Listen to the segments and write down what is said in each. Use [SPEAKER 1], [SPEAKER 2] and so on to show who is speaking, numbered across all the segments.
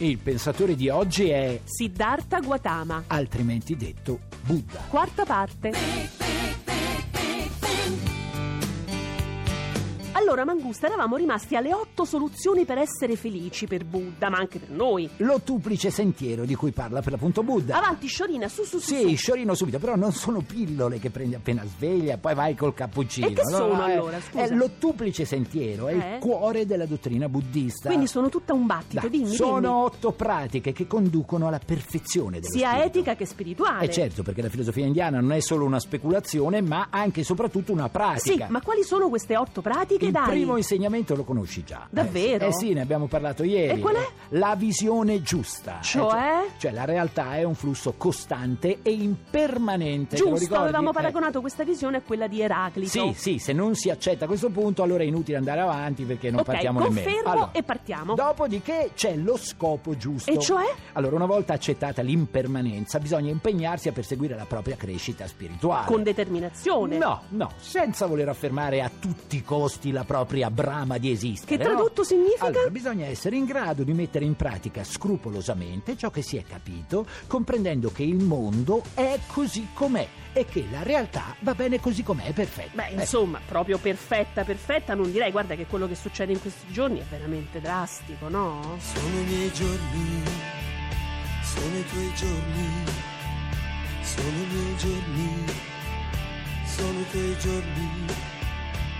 [SPEAKER 1] Il pensatore di oggi è,
[SPEAKER 2] Siddhartha Gautama.
[SPEAKER 1] altrimenti detto, Buddha.
[SPEAKER 2] Quarta parte. Allora, Mangusta, eravamo rimasti alle otto soluzioni per essere felici per Buddha, ma anche per noi.
[SPEAKER 1] L'ottuplice sentiero di cui parla per l'appunto Buddha.
[SPEAKER 2] Avanti, Sciorina, su su su.
[SPEAKER 1] Sì,
[SPEAKER 2] su.
[SPEAKER 1] sciorino subito, però non sono pillole che prendi appena sveglia, poi vai col cappuccino. Eh,
[SPEAKER 2] E che sono
[SPEAKER 1] è-
[SPEAKER 2] allora, scusa?
[SPEAKER 1] È l'ottuplice sentiero, è
[SPEAKER 2] Eh?
[SPEAKER 1] il cuore della dottrina buddista.
[SPEAKER 2] Quindi sono tutta un battito,
[SPEAKER 1] Dai,
[SPEAKER 2] dimmi,
[SPEAKER 1] sono
[SPEAKER 2] dimmi.
[SPEAKER 1] otto pratiche che conducono alla perfezione dello
[SPEAKER 2] Sia
[SPEAKER 1] spirito.
[SPEAKER 2] etica che spirituale.
[SPEAKER 1] Eh certo, perché la filosofia indiana non è solo una speculazione, ma anche e soprattutto una
[SPEAKER 2] Sì,
[SPEAKER 1] pratica.
[SPEAKER 2] ma quali sono queste otto pratiche,
[SPEAKER 1] Il
[SPEAKER 2] dai?
[SPEAKER 1] primo insegnamento lo conosci già.
[SPEAKER 2] Davvero?
[SPEAKER 1] Eh sì, eh sì, ne abbiamo parlato
[SPEAKER 2] E
[SPEAKER 1] ieri.
[SPEAKER 2] qual è?
[SPEAKER 1] La visione giusta. Eh,
[SPEAKER 2] Cioè?
[SPEAKER 1] cioè, cioè, la realtà è un flusso costante e impermanente. te lo
[SPEAKER 2] Giusto,
[SPEAKER 1] ricordi?
[SPEAKER 2] avevamo
[SPEAKER 1] Eh,
[SPEAKER 2] paragonato questa visione a quella di Eraclito.
[SPEAKER 1] Sì, sì, se non si accetta questo punto allora è inutile andare avanti perché non
[SPEAKER 2] Ok,
[SPEAKER 1] partiamo
[SPEAKER 2] confermo
[SPEAKER 1] nemmeno. Allora,
[SPEAKER 2] e partiamo.
[SPEAKER 1] Dopodiché c'è lo scopo giusto.
[SPEAKER 2] E cioè?
[SPEAKER 1] Allora, una volta accettata l'impermanenza, bisogna impegnarsi a perseguire la propria crescita spirituale.
[SPEAKER 2] Con determinazione.
[SPEAKER 1] No, no, senza voler affermare a tutti i costi la propria brama di esistere.
[SPEAKER 2] Che
[SPEAKER 1] no?
[SPEAKER 2] tradotto significa?
[SPEAKER 1] Allora, bisogna essere in grado di mettere in pratica scrupolosamente ciò che si è capito, comprendendo che il mondo è così com'è e che la realtà va bene così com'è, è perfetta.
[SPEAKER 2] Beh,
[SPEAKER 1] Eh,
[SPEAKER 2] insomma, proprio perfetta, perfetta, non direi, guarda che quello che succede in questi giorni è veramente drastico, no?
[SPEAKER 3] Sono i miei giorni, sono i tuoi giorni, sono i miei giorni, sono i tuoi giorni,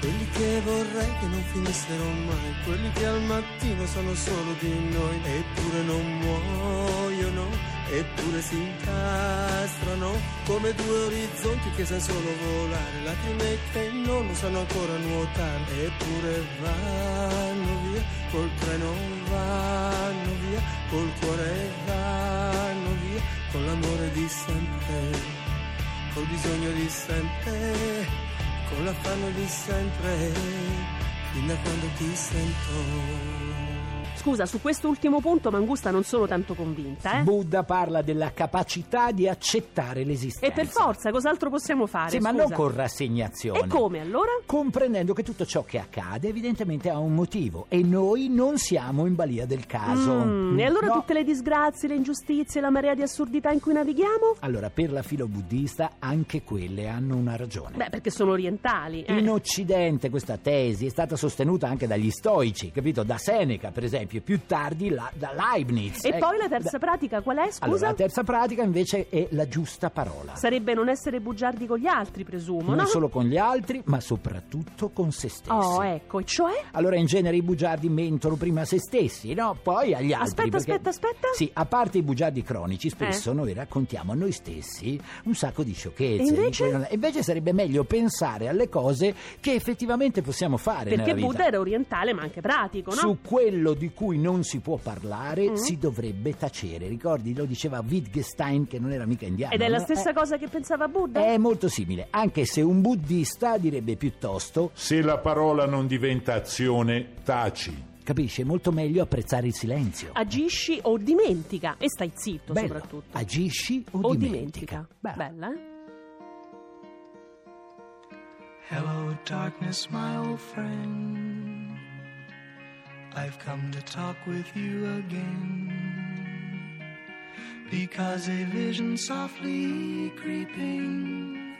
[SPEAKER 3] quelli che vorrei che non finissero mai, quelli che al mattino sono solo di noi, eppure non muoiono, eppure si incastrano come due orizzonti che sa solo volare, lacrime che non sanno ancora nuotare, eppure vanno via, col treno vanno via, col cuore vanno via, con l'amore di sempre, col bisogno di sempre, con l'affanno di sempre, fin da quando ti sento.
[SPEAKER 2] Scusa, su quest'ultimo punto Mangusta non sono tanto convinta, eh?
[SPEAKER 1] Buddha parla della capacità di accettare l'esistenza.
[SPEAKER 2] E per forza, cos'altro possiamo fare?
[SPEAKER 1] Sì, ma
[SPEAKER 2] scusa?
[SPEAKER 1] non con rassegnazione.
[SPEAKER 2] E come allora?
[SPEAKER 1] Comprendendo che tutto ciò che accade evidentemente ha un motivo e noi non siamo in balia del caso.
[SPEAKER 2] Mm, e allora
[SPEAKER 1] No.
[SPEAKER 2] tutte le disgrazie, le ingiustizie, la marea di assurdità in cui navighiamo?
[SPEAKER 1] Allora, per la filo buddista anche quelle hanno una ragione.
[SPEAKER 2] Beh, perché sono orientali. eh.
[SPEAKER 1] In Occidente questa tesi è stata sostenuta anche dagli stoici, capito? Da Seneca, per esempio, e più tardi la- da Leibniz.
[SPEAKER 2] E
[SPEAKER 1] Eh,
[SPEAKER 2] poi la
[SPEAKER 1] da-
[SPEAKER 2] terza pratica qual è, scusa?
[SPEAKER 1] Allora, la terza pratica invece è la giusta parola.
[SPEAKER 2] Sarebbe non essere bugiardi con gli altri, presumo,
[SPEAKER 1] non
[SPEAKER 2] no?
[SPEAKER 1] solo con gli altri, ma soprattutto con se stessi.
[SPEAKER 2] Oh, ecco, e cioè?
[SPEAKER 1] Allora, in genere i bugiardi mentono prima a se stessi, no? Poi agli altri.
[SPEAKER 2] Aspetta,
[SPEAKER 1] perché-
[SPEAKER 2] aspetta, aspetta. Eh.
[SPEAKER 1] Sì, a parte i bugiardi cronici, spesso noi raccontiamo a noi stessi un sacco di sciocchezze.
[SPEAKER 2] E invece?
[SPEAKER 1] di quelle- invece sarebbe meglio pensare alle cose che effettivamente possiamo fare nella
[SPEAKER 2] Perché
[SPEAKER 1] vita.
[SPEAKER 2] Buddha era orientale ma anche pratico, no? Mm.
[SPEAKER 1] Su quello di cui non si può parlare si dovrebbe tacere. Ricordi, lo diceva Wittgenstein che non era mica indiano.
[SPEAKER 2] Ed è la
[SPEAKER 1] no?
[SPEAKER 2] stessa
[SPEAKER 1] Eh,
[SPEAKER 2] cosa che pensava Buddha?
[SPEAKER 1] È molto simile, anche se un buddista direbbe piuttosto,
[SPEAKER 4] Se la parola non diventa azione, taci.
[SPEAKER 1] capisce, è molto meglio apprezzare il silenzio.
[SPEAKER 2] Agisci o dimentica e stai zitto
[SPEAKER 1] Bello.
[SPEAKER 2] soprattutto.
[SPEAKER 1] Agisci o,
[SPEAKER 2] o
[SPEAKER 1] Ah, dimentica.
[SPEAKER 2] dimentica.
[SPEAKER 1] Bravo.
[SPEAKER 2] Bella, eh?
[SPEAKER 3] Hello, darkness, my old friend. I've come to talk with you again. Because a vision softly creeping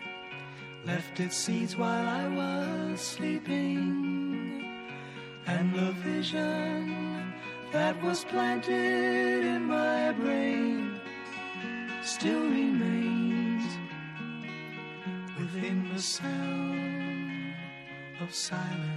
[SPEAKER 3] left its seeds while I was sleeping. And the vision that was planted in my brain still remains within the sound of silence.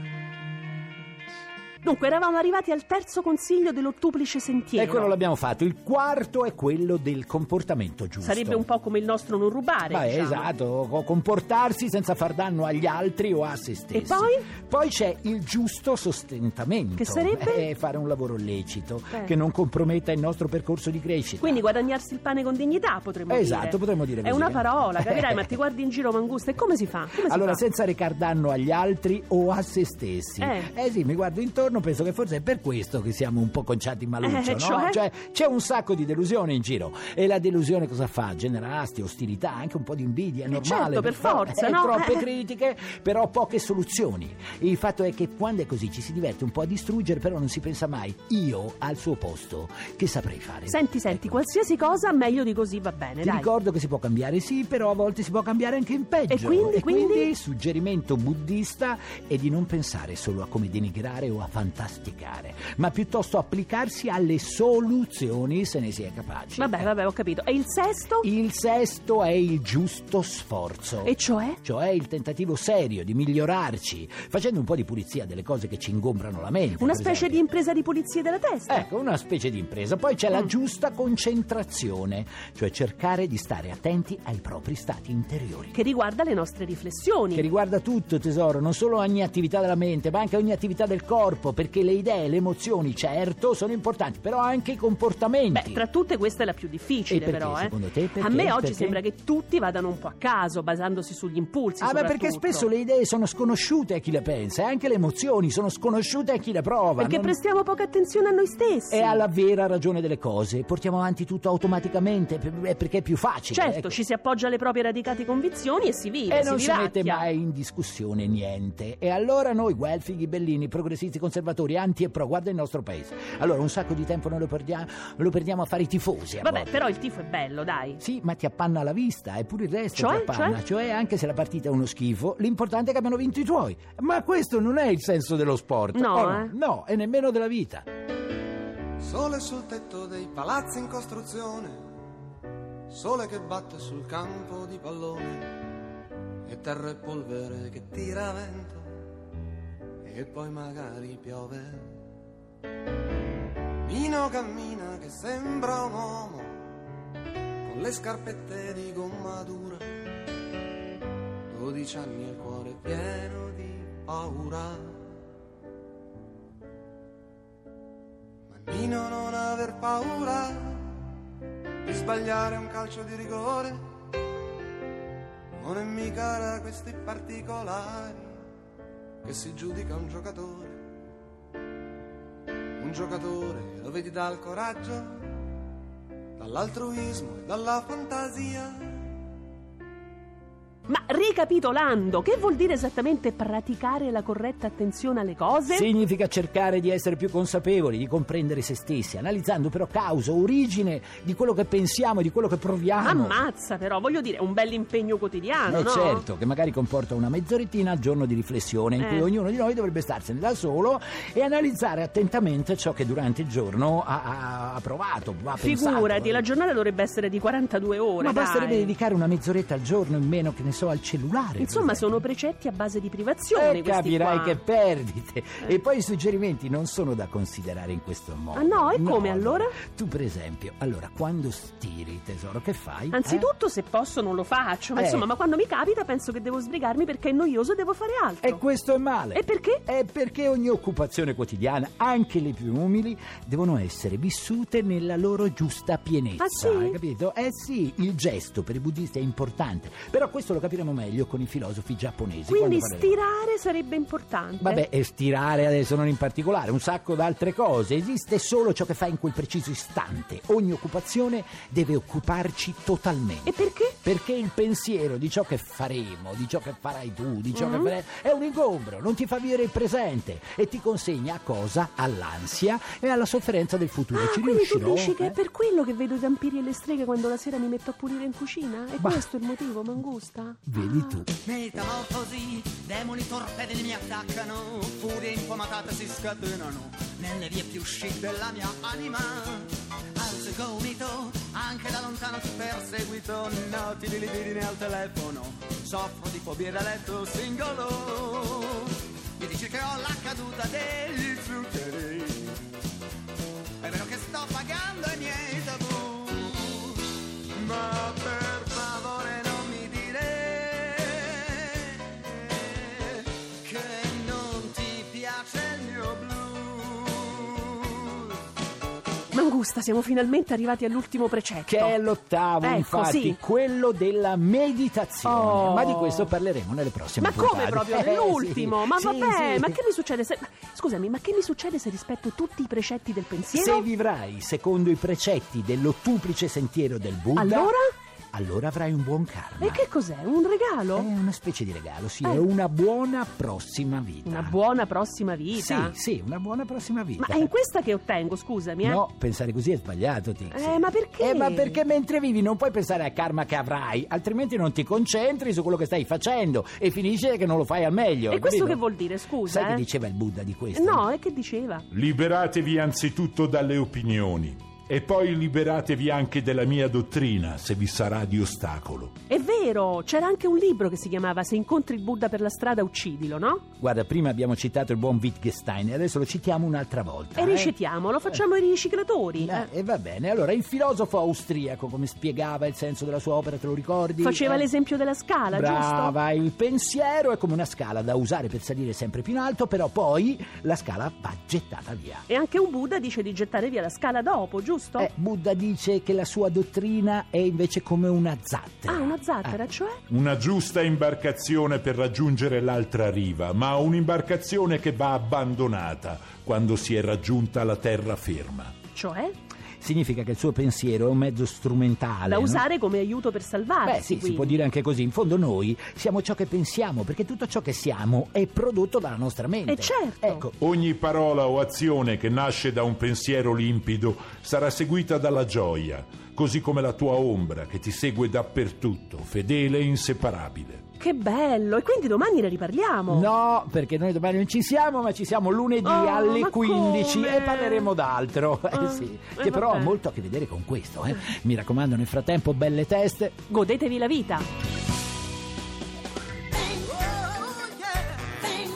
[SPEAKER 2] Dunque, eravamo arrivati al terzo consiglio dell'ottuplice sentiero.
[SPEAKER 1] E quello l'abbiamo fatto. Il quarto è quello del comportamento giusto.
[SPEAKER 2] Sarebbe un po' come il nostro non rubare.
[SPEAKER 1] Ma
[SPEAKER 2] diciamo.
[SPEAKER 1] esatto, co- comportarsi senza far danno agli altri o a se stessi.
[SPEAKER 2] poi?
[SPEAKER 1] Poi c'è il giusto sostentamento.
[SPEAKER 2] Che sarebbe?
[SPEAKER 1] Eh, fare un lavoro lecito
[SPEAKER 2] Eh.
[SPEAKER 1] che non comprometta il nostro percorso di crescita.
[SPEAKER 2] Quindi guadagnarsi il pane con dignità potremmo
[SPEAKER 1] Eh,
[SPEAKER 2] dire.
[SPEAKER 1] esatto, potremmo dire
[SPEAKER 2] È
[SPEAKER 1] così,
[SPEAKER 2] una
[SPEAKER 1] eh.
[SPEAKER 2] parola, capirai, ma ti guardi in giro mangusta e come si fa? Come si
[SPEAKER 1] Allora,
[SPEAKER 2] fa?
[SPEAKER 1] senza recar danno agli altri o a se stessi.
[SPEAKER 2] Eh.
[SPEAKER 1] sì, mi guardo intorno, penso che forse è per questo che siamo un po' conciati in maluccio,
[SPEAKER 2] Eh,
[SPEAKER 1] no?
[SPEAKER 2] cioè?
[SPEAKER 1] c'è un sacco di delusione in giro. E la delusione cosa fa? Genera asti, ostilità, anche un po' di invidia, è
[SPEAKER 2] Eh,
[SPEAKER 1] normale.
[SPEAKER 2] certo, per forza,
[SPEAKER 1] eh,
[SPEAKER 2] no?
[SPEAKER 1] Troppe
[SPEAKER 2] Eh.
[SPEAKER 1] critiche, però poche soluzioni. Il fatto è che quando è così ci si diverte un po' a distruggere, però non si pensa mai io al suo posto che saprei fare.
[SPEAKER 2] Senti, senti,
[SPEAKER 1] Ecco.
[SPEAKER 2] qualsiasi cosa meglio di così va bene,
[SPEAKER 1] Ti
[SPEAKER 2] Eh, dai.
[SPEAKER 1] ricordo che si può cambiare, sì, però a volte si può cambiare anche in peggio.
[SPEAKER 2] E quindi, quindi?
[SPEAKER 1] suggerimento buddista è di non pensare solo a come denigrare o a fantasticare, ma piuttosto applicarsi alle soluzioni se ne si è capaci.
[SPEAKER 2] Vabbè, vabbè, ho capito. E il sesto?
[SPEAKER 1] Il sesto è il giusto sforzo.
[SPEAKER 2] E cioè?
[SPEAKER 1] Cioè il tentativo serio di migliorarci, facendo un po' di pulizia delle cose che ci ingombrano la mente.
[SPEAKER 2] Una
[SPEAKER 1] per
[SPEAKER 2] specie
[SPEAKER 1] esempio.
[SPEAKER 2] di impresa di pulizia della testa.
[SPEAKER 1] Ecco, una specie di impresa. Poi c'è
[SPEAKER 2] Mm.
[SPEAKER 1] la giusta concentrazione, cioè cercare di stare attenti ai propri stati interiori.
[SPEAKER 2] Che riguarda le nostre riflessioni.
[SPEAKER 1] Che riguarda tutto, tesoro, non solo ogni attività della mente, ma anche ogni attività del corpo, perché le idee, le emozioni, certo, sono importanti, però anche i comportamenti.
[SPEAKER 2] Beh, tra tutte questa è la più difficile,
[SPEAKER 1] E perché,
[SPEAKER 2] però. Eh.
[SPEAKER 1] secondo te? Perché?
[SPEAKER 2] a me oggi
[SPEAKER 1] Perché?
[SPEAKER 2] sembra che tutti vadano un po' a caso, basandosi sugli impulsi.
[SPEAKER 1] Ah, beh, perché
[SPEAKER 2] soprattutto.
[SPEAKER 1] spesso le idee sono sconosciute a chi le pensa, e anche le emozioni sono sconosciute a chi le prova.
[SPEAKER 2] Perché
[SPEAKER 1] non-
[SPEAKER 2] prestiamo poca attenzione a noi stessi.
[SPEAKER 1] È alla vera ragione delle cose, portiamo avanti tutto automaticamente, per- è perché è più facile.
[SPEAKER 2] Certo,
[SPEAKER 1] ecco.
[SPEAKER 2] ci si appoggia alle proprie radicate convinzioni e si vive.
[SPEAKER 1] E non si mette
[SPEAKER 2] vivacchia.
[SPEAKER 1] mai in discussione niente. E allora noi, guelfi, ghibellini, progressisti, conservatori, anti e pro, guarda il nostro paese. Allora un sacco di tempo noi lo perdiamo, lo perdiamo a fare i tifosi. A
[SPEAKER 2] Vabbè,
[SPEAKER 1] volte.
[SPEAKER 2] però il tifo è bello, dai.
[SPEAKER 1] Sì, ma ti appanna la vista, eppure il resto
[SPEAKER 2] Cioè?
[SPEAKER 1] ti appanna.
[SPEAKER 2] Cioè?
[SPEAKER 1] anche se la partita è uno schifo, l'importante è che abbiano vinto i tuoi. Ma questo non è il senso dello sport.
[SPEAKER 2] No,
[SPEAKER 1] o
[SPEAKER 2] eh.
[SPEAKER 1] no, e nemmeno della vita.
[SPEAKER 3] Sole sul tetto dei palazzi in costruzione, sole che batte sul campo di pallone, e terra e polvere che tira vento, e poi magari piove. Vino cammina che sembra un uomo, con le scarpette di gomma dura, 12 anni e il cuore pieno di paura. Ma Nino non aver paura di sbagliare un calcio di rigore, non è mica da questi particolari che si giudica un giocatore. Un giocatore lo vedi dal coraggio, dall'altruismo e dalla fantasia.
[SPEAKER 2] Ma ricapitolando, che vuol dire esattamente praticare la corretta attenzione alle cose?
[SPEAKER 1] Significa cercare di essere più consapevoli, di comprendere se stessi, analizzando però causa, origine di quello che pensiamo e di quello che proviamo.
[SPEAKER 2] Ammazza, però, voglio dire, è un bell'impegno quotidiano,
[SPEAKER 1] Eh,
[SPEAKER 2] Ah, no?
[SPEAKER 1] certo, che magari comporta una mezzorettina al giorno di riflessione in
[SPEAKER 2] Eh.
[SPEAKER 1] cui ognuno di noi dovrebbe starsene da solo e analizzare attentamente ciò che durante il giorno ha- ha, ha provato, ha pensato.
[SPEAKER 2] Figurati, la giornata dovrebbe essere di 42 ore.
[SPEAKER 1] eh. Ma
[SPEAKER 2] dai.
[SPEAKER 1] basterebbe dedicare una mezz'oretta al giorno in meno, che ne so, al cellulare.
[SPEAKER 2] Insomma,
[SPEAKER 1] per esempio.
[SPEAKER 2] sono precetti a base di privazione.
[SPEAKER 1] Eh,
[SPEAKER 2] questi
[SPEAKER 1] capirai
[SPEAKER 2] qua. Eh.
[SPEAKER 1] che perdite. E poi i suggerimenti non sono da considerare in questo modo.
[SPEAKER 2] Ah, no? E come, allora?
[SPEAKER 1] Tu, per esempio, allora, quando stiri, tesoro, che fai? Eh?
[SPEAKER 2] Anzitutto, se posso, non lo faccio. Ma
[SPEAKER 1] Eh.
[SPEAKER 2] insomma, ma quando mi capita, penso che devo sbrigarmi perché è noioso e devo fare altro.
[SPEAKER 1] Eh? E questo è male.
[SPEAKER 2] E perché?
[SPEAKER 1] È perché ogni occupazione quotidiana, anche le più umili, devono essere vissute nella loro giusta pienezza.
[SPEAKER 2] Ah, sì?
[SPEAKER 1] Hai capito? Eh sì, il gesto per i buddisti è importante. Però questo lo capiremo meglio con i filosofi giapponesi.
[SPEAKER 2] Quindi
[SPEAKER 1] quando parleremo.
[SPEAKER 2] stirare sarebbe importante.
[SPEAKER 1] Vabbè, e stirare adesso non in particolare, un sacco d'altre cose. Esiste solo ciò che fa in quel preciso istante. Ogni occupazione deve occuparci totalmente.
[SPEAKER 2] E perché?
[SPEAKER 1] Perché il pensiero di ciò che faremo, di ciò che farai tu, di ciò
[SPEAKER 2] Mhm.
[SPEAKER 1] che farai è un ingombro, non ti fa vivere il presente e ti consegna a cosa? All'ansia e alla sofferenza del futuro.
[SPEAKER 2] Ah,
[SPEAKER 1] Ci
[SPEAKER 2] quindi tu
[SPEAKER 1] riuscirò?
[SPEAKER 2] dici che
[SPEAKER 1] eh?
[SPEAKER 2] è per quello che vedo i vampiri e le streghe quando la sera mi metto a pulire in cucina? È
[SPEAKER 1] Ma-
[SPEAKER 2] questo il motivo, Mangusta? Ah.
[SPEAKER 1] Vedi tu.
[SPEAKER 5] Metamorfosi, demoni torpedini mi attaccano, furie infomatate si scatenano nelle vie più chic della mia anima. Alzo il gomito, anche da lontano ti perseguito, noti di libidine al telefono, soffro di fobie da letto singolo. Mi ricercherò la caduta del frutte, segno blu.
[SPEAKER 2] Mangusta, siamo finalmente arrivati all'ultimo precetto.
[SPEAKER 1] Che è l'ottavo,
[SPEAKER 2] Ecco,
[SPEAKER 1] infatti,
[SPEAKER 2] sì.
[SPEAKER 1] quello della meditazione.
[SPEAKER 2] Oh.
[SPEAKER 1] Ma di questo parleremo nelle prossime
[SPEAKER 2] Ma come
[SPEAKER 1] puntate.
[SPEAKER 2] proprio?
[SPEAKER 1] Eh, sì.
[SPEAKER 2] L'ultimo? Ma
[SPEAKER 1] Sì,
[SPEAKER 2] vabbè,
[SPEAKER 1] sì.
[SPEAKER 2] ma che mi succede se... ma- Scusami, ma che mi succede se rispetto tutti i precetti del pensiero?
[SPEAKER 1] Se vivrai secondo i precetti dell'ottuplice sentiero del Buddha,
[SPEAKER 2] Allora?
[SPEAKER 1] allora avrai un buon karma.
[SPEAKER 2] E che cos'è? Un regalo?
[SPEAKER 1] È una specie di regalo, sì,
[SPEAKER 2] Eh.
[SPEAKER 1] è una buona prossima vita.
[SPEAKER 2] Una buona prossima vita?
[SPEAKER 1] Sì, sì, una buona prossima vita.
[SPEAKER 2] Ma è in questa che ottengo, scusami, eh?
[SPEAKER 1] No, pensare così è sbagliato, Tixi.
[SPEAKER 2] Eh, ma perché?
[SPEAKER 1] Eh, ma perché mentre vivi non puoi pensare al karma che avrai, altrimenti non ti concentri su quello che stai facendo e finisce che non lo fai al meglio.
[SPEAKER 2] E questo
[SPEAKER 1] capito?
[SPEAKER 2] che vuol dire, scusa?
[SPEAKER 1] Sai che
[SPEAKER 2] eh?
[SPEAKER 1] diceva il Buddha di questo?
[SPEAKER 2] No, e che diceva?
[SPEAKER 4] Liberatevi anzitutto dalle opinioni e poi liberatevi anche della mia dottrina se vi sarà di ostacolo.
[SPEAKER 2] È vero, c'era anche un libro che si chiamava Se incontri il Buddha per la strada uccidilo, no?
[SPEAKER 1] Guarda, prima abbiamo citato il buon Wittgenstein, adesso lo citiamo un'altra volta.
[SPEAKER 2] E
[SPEAKER 1] eh?
[SPEAKER 2] recitiamo, lo facciamo ai riciclatori.
[SPEAKER 1] Eh,
[SPEAKER 2] eh.
[SPEAKER 1] e va bene, allora il filosofo austriaco come spiegava il senso della sua opera, te lo ricordi?
[SPEAKER 2] Faceva
[SPEAKER 1] Eh?
[SPEAKER 2] l'esempio della scala, giusto?
[SPEAKER 1] Brava, il pensiero è come una scala da usare per salire sempre più in alto, però poi la scala va gettata via.
[SPEAKER 2] E anche un Buddha dice di gettare via la scala dopo, giusto?
[SPEAKER 1] Eh, Buddha dice che la sua dottrina è invece come una zattera.
[SPEAKER 2] ah, una zattera,
[SPEAKER 1] Eh,
[SPEAKER 2] cioè?
[SPEAKER 4] Una giusta imbarcazione per raggiungere l'altra riva, ma un'imbarcazione che va abbandonata quando si è raggiunta la terraferma.
[SPEAKER 2] Cioè?
[SPEAKER 1] significa che il suo pensiero è un mezzo strumentale.
[SPEAKER 2] Da
[SPEAKER 1] no?
[SPEAKER 2] usare come aiuto per salvarsi.
[SPEAKER 1] Beh sì, si
[SPEAKER 2] quindi.
[SPEAKER 1] può dire anche così, in fondo noi siamo ciò che pensiamo, perché tutto ciò che siamo è prodotto dalla nostra mente.
[SPEAKER 2] Eh, certo.
[SPEAKER 1] Ecco,
[SPEAKER 4] Ogni parola o azione che nasce da un pensiero limpido sarà seguita dalla gioia, così come la tua ombra che ti segue dappertutto, fedele e inseparabile.
[SPEAKER 2] Che bello! E quindi domani ne riparliamo.
[SPEAKER 1] No, perché noi domani non ci siamo, ma ci siamo lunedì
[SPEAKER 2] Oh,
[SPEAKER 1] alle
[SPEAKER 2] ma
[SPEAKER 1] 15
[SPEAKER 2] come?
[SPEAKER 1] e parleremo d'altro. Eh,
[SPEAKER 2] Ah,
[SPEAKER 1] sì,
[SPEAKER 2] eh,
[SPEAKER 1] che però ha
[SPEAKER 2] vabbè.
[SPEAKER 1] molto a che vedere con questo. eh. Mi raccomando, nel frattempo, belle teste.
[SPEAKER 2] Godetevi la vita.
[SPEAKER 5] Oh, yeah.